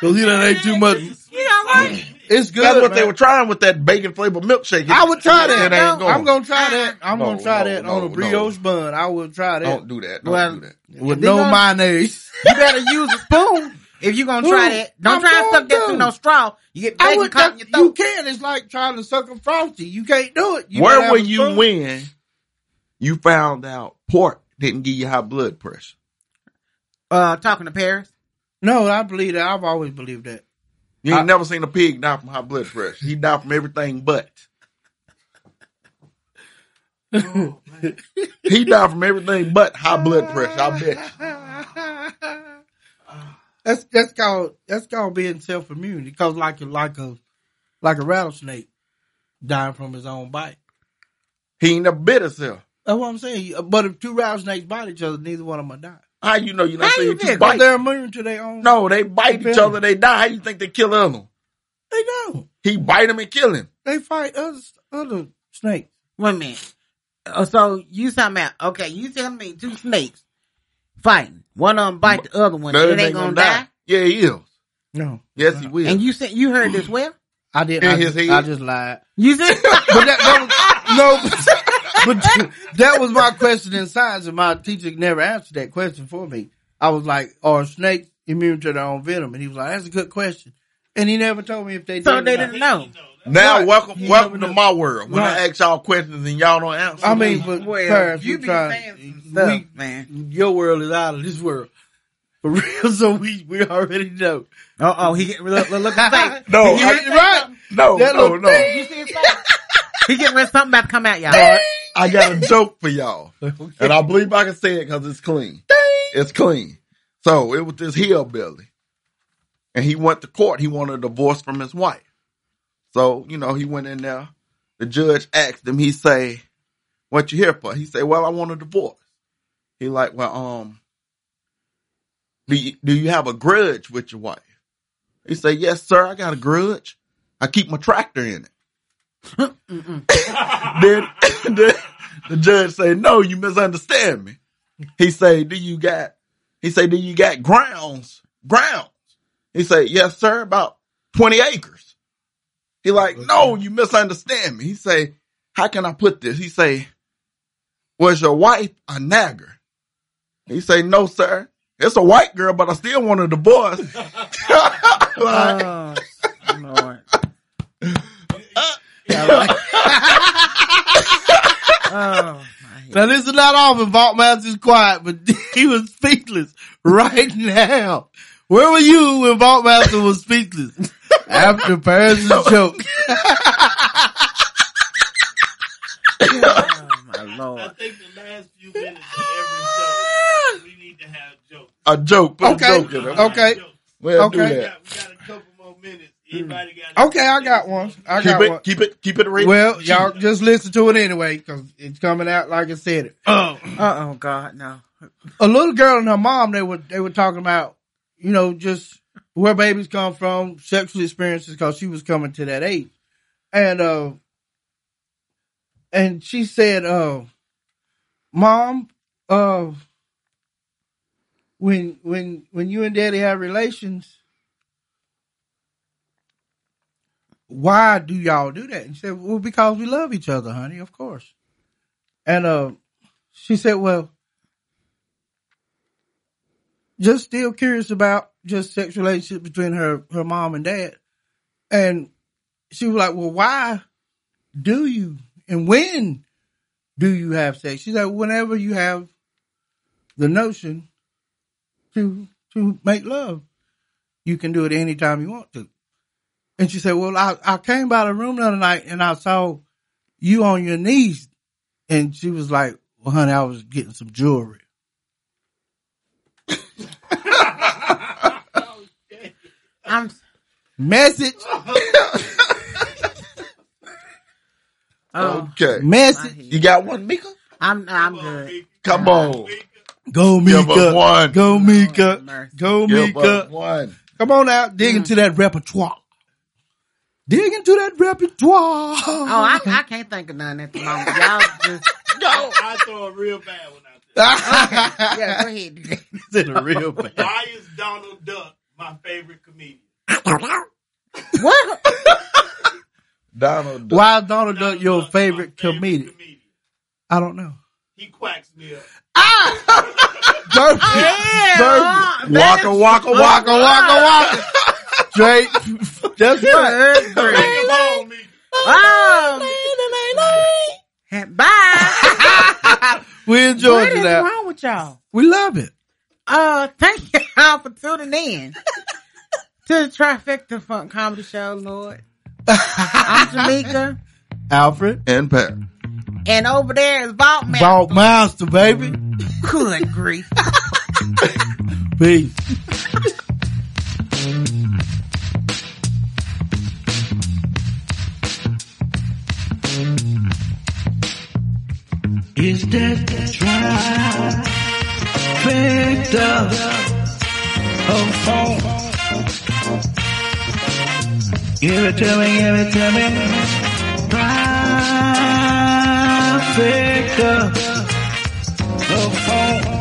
Speaker 1: because you done ate too much.
Speaker 2: You know what?
Speaker 1: It's good.
Speaker 3: That's what
Speaker 1: man.
Speaker 3: they were trying with that bacon flavored milkshake. It-
Speaker 1: I would try
Speaker 3: it ain't
Speaker 1: that.
Speaker 2: No,
Speaker 3: going.
Speaker 1: I'm gonna try that. I'm
Speaker 3: No,
Speaker 1: gonna try
Speaker 3: no,
Speaker 1: that
Speaker 3: no,
Speaker 1: on a
Speaker 3: no.
Speaker 1: brioche bun. I will try that
Speaker 3: Don't do that. Don't
Speaker 2: Well,
Speaker 3: do that.
Speaker 1: with no
Speaker 2: Then gonna-
Speaker 1: mayonnaise.
Speaker 2: You better use a spoon if you gonna try
Speaker 1: Ooh,
Speaker 2: that. Don't
Speaker 1: I'm
Speaker 2: try and
Speaker 1: going
Speaker 2: stuff that through
Speaker 1: to.
Speaker 2: no straw. You get
Speaker 1: I
Speaker 2: bacon
Speaker 1: would.
Speaker 2: caught in your
Speaker 1: you
Speaker 2: throat.
Speaker 1: can. It's like trying to suck a frosty. You can't do it. You better
Speaker 3: Where
Speaker 1: have
Speaker 3: were
Speaker 1: a
Speaker 3: you
Speaker 1: spoon.
Speaker 3: when you found out pork didn't give you high blood pressure?
Speaker 2: Uh, talking to Paris.
Speaker 1: No, I believe that. I've always believed that.
Speaker 3: You ain't
Speaker 2: I-
Speaker 3: never seen a pig die from high blood pressure. He died from everything but. he died from everything but high blood pressure. I bet. you.
Speaker 1: That's that's called that's called being self immune because like a like a like a rattlesnake dying from his own bite.
Speaker 3: He ain't never bit himself.
Speaker 1: That's what I'm saying. But if two rattlesnakes bite each other, neither one of them die.
Speaker 3: How you know you're not
Speaker 2: How you
Speaker 3: seeing two
Speaker 2: did?
Speaker 1: But
Speaker 3: bite?
Speaker 1: they're immune to their own.
Speaker 3: No, they bite each
Speaker 1: Venom.
Speaker 3: other. They die. How you think they kill the other? one?
Speaker 1: they don't.
Speaker 3: He bite him and kill him.
Speaker 1: They fight other other snakes.
Speaker 2: One minute. Uh, so you talking about? Okay, you telling me two snakes fighting? One of them bite the other one.
Speaker 3: The other
Speaker 2: It ain't gonna die.
Speaker 3: Yeah, he is.
Speaker 1: No,
Speaker 3: Yes, he will.
Speaker 2: And you said you heard this well.
Speaker 1: I did.
Speaker 3: In
Speaker 1: I,
Speaker 3: his
Speaker 1: just, I
Speaker 3: head?
Speaker 1: just lied.
Speaker 2: You said
Speaker 1: But that, that was, no, but, but that was my question in science, and my teacher never answered that question for me. I was like, "Are snakes immune to their own venom?" And he was like, "That's a good question,question," and he never told me if they
Speaker 2: so
Speaker 1: did.
Speaker 2: they
Speaker 1: or not.
Speaker 2: didn't know.
Speaker 3: now,
Speaker 1: Right.
Speaker 3: welcome,
Speaker 1: You
Speaker 3: welcome
Speaker 1: never
Speaker 3: to
Speaker 1: know.
Speaker 3: my world. When I
Speaker 1: Right.
Speaker 3: ask y'all questions and y'all don't answer,
Speaker 1: I mean, but
Speaker 2: Well,
Speaker 1: Paris,
Speaker 2: you
Speaker 1: we
Speaker 2: be
Speaker 1: trying-
Speaker 2: saying some stuff,
Speaker 1: we-
Speaker 2: man.
Speaker 1: your world is out of this world for real. So we we already know.
Speaker 2: Uh oh, he get look look, look at his face.
Speaker 3: No,
Speaker 2: he get,
Speaker 1: I- right?
Speaker 3: no,
Speaker 1: That
Speaker 3: no,
Speaker 1: look-
Speaker 3: no.
Speaker 2: you see his face? He getting ready. Something about to come out, y'all.
Speaker 3: I got a joke for y'all, and I believe I can say it because it's clean. It's clean. So it was this hillbilly, and he went to court. He wanted a divorce from his wife. So you know, he went in there. The judge asked him. He say, "What you here for?" He say, "Well, I want a divorce." He like, "Well, um, do you, do you have a grudge with your wife?" He say, "Yes, sir. I got a grudge. I keep my tractor in it." then, then the judge say, "No, you misunderstand me." He say, "Do you got?" He say, "Do you got grounds? Grounds?" He say, "Yes, sir, about twenty acres." He like, "No, you misunderstand me." He say, "How can I put this?" He say, "Was your wife a nagger?" He say, "No, sir, it's a white girl, but I still want a divorce." Like,
Speaker 2: Oh, Lord. Oh, my.
Speaker 1: Now this is not often Vault Masters quiet, but he was speechless right now. Where were you when Vault Master was speechless? After Paris' joke.
Speaker 2: Oh, my
Speaker 4: I
Speaker 2: Lord.
Speaker 4: think the last few minutes of every show, we need to have jokes.
Speaker 3: a joke, put
Speaker 1: Okay.
Speaker 3: a joke in it.
Speaker 1: Okay.
Speaker 4: Jokes.
Speaker 3: We'll do
Speaker 1: Okay.
Speaker 4: We,
Speaker 3: that.
Speaker 4: got, we got a couple more minutes. Anybody got?
Speaker 1: Okay, I got one. I
Speaker 3: Keep
Speaker 1: got
Speaker 3: it,
Speaker 1: one.
Speaker 3: keep it, keep it real.
Speaker 1: Well, y'all just listen to it anyway, cause it's coming out like I said it.
Speaker 2: Uh oh, God, no.
Speaker 1: a little girl and her mom they were they were talking about you know just where babies come from sexual experiences because she was coming to that age and uh and she said uh mom uh when when when you and daddy have relations why do y'all do that and she said well because we love each other honey of course and uh she said well just still curious about just sexual relationship between her her mom and dad and she was like well why do you and when do you have sex she's like whenever you have the notion to to make love you can do it anytime you want to and she said well i, I came by the room the other night and i saw you on your knees and she was like well honey i was getting some jewelry
Speaker 2: I'm
Speaker 1: message uh,
Speaker 2: Oh,
Speaker 3: Okay.
Speaker 2: my
Speaker 1: Message.
Speaker 2: head.
Speaker 3: You got one, Mika?
Speaker 2: I'm I'm good.
Speaker 3: Come on.
Speaker 1: Go
Speaker 3: Give us
Speaker 1: Mika.
Speaker 3: one.
Speaker 1: Go
Speaker 2: Lord
Speaker 1: Mika.
Speaker 2: mercy. Mm.
Speaker 1: Go
Speaker 3: Give us
Speaker 1: Mika.
Speaker 3: one.
Speaker 1: Come on out. Dig into that repertoire. Dig into that repertoire.
Speaker 2: Oh, I, I can't think of none at the moment. Y'all just
Speaker 4: No, I throw a real bad one out there.
Speaker 2: yeah, go ahead.
Speaker 1: It's a real bad.
Speaker 4: Why is Donald Duck my favorite comedian?
Speaker 2: What?
Speaker 3: Donald Duck.
Speaker 1: Why is Donald Duck
Speaker 4: Donald
Speaker 1: your
Speaker 4: Duck's my
Speaker 1: favorite comedian? I don't know.
Speaker 4: He quacks me up.
Speaker 1: Jerk,
Speaker 2: Hell, that
Speaker 3: Waka,
Speaker 2: is-
Speaker 3: waka, waka, waka, waka.
Speaker 1: Drake. That's right.
Speaker 4: Bring him on, me.
Speaker 2: Um, Oh. Bye.
Speaker 1: We
Speaker 2: what
Speaker 1: enjoyed
Speaker 2: is
Speaker 1: that.
Speaker 2: wrong with y'all?
Speaker 1: We love it.
Speaker 2: Uh, thank y'all for tuning in to the Trifecta Funk Comedy Show, Lord. I'm Jamaica,
Speaker 1: Alfred.
Speaker 3: And Pat.
Speaker 2: and over there is Vault Man.
Speaker 1: Dog Master, baby.
Speaker 2: Good grief.
Speaker 1: Peace.
Speaker 5: Is that trifecta of home? Give it to me, give it to me. Trifecta of home.